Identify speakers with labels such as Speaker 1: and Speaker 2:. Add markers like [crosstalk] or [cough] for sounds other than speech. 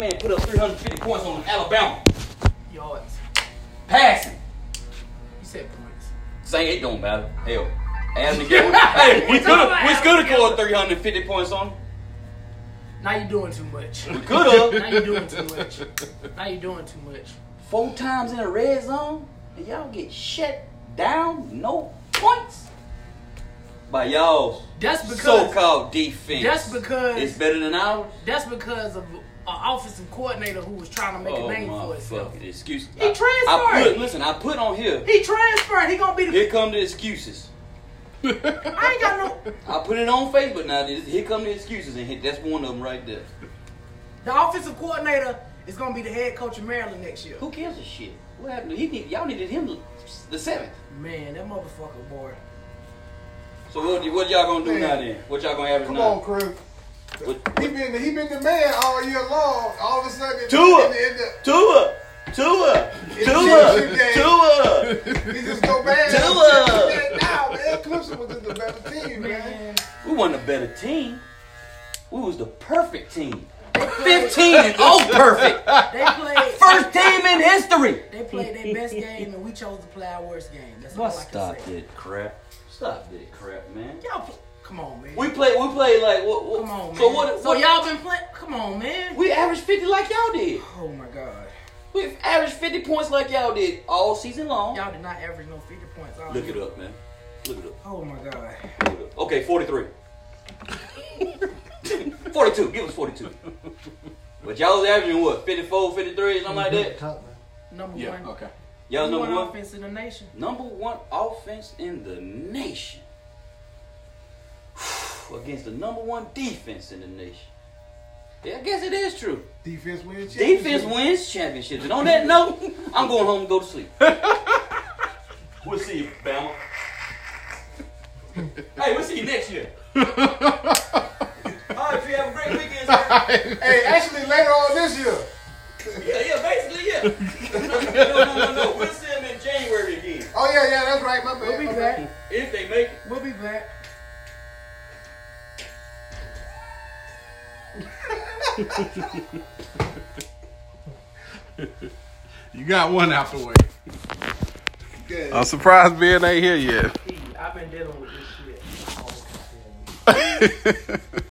Speaker 1: man put up 350 points on Alabama.
Speaker 2: Yards.
Speaker 1: Passing.
Speaker 2: You said points.
Speaker 1: Say it don't matter. Hell. Adam [laughs] and Gary. hey, we
Speaker 2: We're talking
Speaker 1: could
Speaker 2: about
Speaker 1: have we
Speaker 2: Adam
Speaker 1: could have
Speaker 2: Gary.
Speaker 1: scored 350 points on him.
Speaker 2: Now you're doing too
Speaker 1: [laughs]
Speaker 2: much.
Speaker 1: We could
Speaker 2: now
Speaker 1: have.
Speaker 2: you're doing too much. Now you're doing too much.
Speaker 1: Four times in the red zone, and y'all get shut down, no points. By y'all
Speaker 2: That's because
Speaker 1: so-called defense.
Speaker 2: That's because-
Speaker 1: it's better than ours.
Speaker 2: that's because of an offensive coordinator who was trying to make a name for himself.
Speaker 1: motherfucking Oh, excuse.
Speaker 2: He
Speaker 1: I, I
Speaker 2: transferred.
Speaker 1: put, listen, I put on here.
Speaker 2: He transferred. He gonna be the.
Speaker 1: Here come the excuses.
Speaker 2: I ain't got no.
Speaker 1: I put it on Facebook now. this- Here come the excuses, and here- that's one of them right there.
Speaker 2: The offensive coordinator is gonna be the head coach of Maryland next year.
Speaker 1: Who cares a shit? What happened? to- He need, y'all needed him the- the seventh.
Speaker 2: Man, that motherfucker boy.
Speaker 1: So what? What y'all gonna do
Speaker 3: Man.
Speaker 1: now then? What y'all gonna average
Speaker 3: Come
Speaker 1: now?
Speaker 3: on, Chris.
Speaker 1: What-
Speaker 3: He been he been the man all year long. All of a sudden,
Speaker 1: Tua.
Speaker 3: in the- in the-
Speaker 1: Tua, Tua,
Speaker 3: It's
Speaker 1: Tua,
Speaker 3: championship game.
Speaker 1: Tua.
Speaker 3: he just go bad.
Speaker 1: Tua.
Speaker 3: Yeah, Nah, man, Clemson was just a better team, man.
Speaker 1: We wasn't a better team. We was the perfect team. Fifteen and oh, perfect.
Speaker 2: They [laughs] played.
Speaker 1: First team in history.
Speaker 2: They played their best game and we chose to play our worst game. That's all I can
Speaker 1: Stop
Speaker 2: say.
Speaker 1: that crap. Stop that crap, man.
Speaker 2: Y'all, pl- come on, man.
Speaker 1: We played. We played like what? what
Speaker 2: come on, man.
Speaker 1: So what?
Speaker 2: So
Speaker 1: what-
Speaker 2: y'all been playing? Come on, man.
Speaker 1: We averaged fifty like y'all did.
Speaker 2: oh my God.
Speaker 1: We averaged 50 points like y'all did all season long.
Speaker 2: Y'all did not average no 50 points. all
Speaker 1: Look it
Speaker 2: year.
Speaker 1: up, man. Look it up.
Speaker 2: Oh my God.
Speaker 1: Look it up. Okay, [laughs] 43. 42. Give us 42. But y'all was averaging what? 54, 53, something like that?
Speaker 3: Top, man.
Speaker 2: Number
Speaker 4: Yeah.
Speaker 2: one.
Speaker 4: Okay.
Speaker 1: Y'all was
Speaker 2: Number
Speaker 1: number one?
Speaker 2: one offense in the nation.
Speaker 1: Number one offense in the nation. [sighs] Against the number one defense in the nation. Yeah, I guess it is true.
Speaker 3: Defense wins.
Speaker 1: Defense
Speaker 3: championship.
Speaker 1: wins championships. And on that note, I'm going home and go to sleep. [laughs] we'll see you, Bama. [laughs] hey, we'll see you next [laughs] year. All right, you have a great weekend, sir.
Speaker 3: Hey, actually, later on this year.
Speaker 1: Yeah, yeah, basically, [laughs] yeah. no, no, no, no. We'll see them in January again.
Speaker 3: Oh yeah, yeah, that's right, my man.
Speaker 2: We'll be
Speaker 3: my
Speaker 2: back.
Speaker 3: man.
Speaker 1: If they make it.
Speaker 2: We'll be back.
Speaker 4: You got one out the way.
Speaker 3: Yeah.
Speaker 4: I'm surprised Ben ain't here yet.
Speaker 2: I've been dealing with this shit.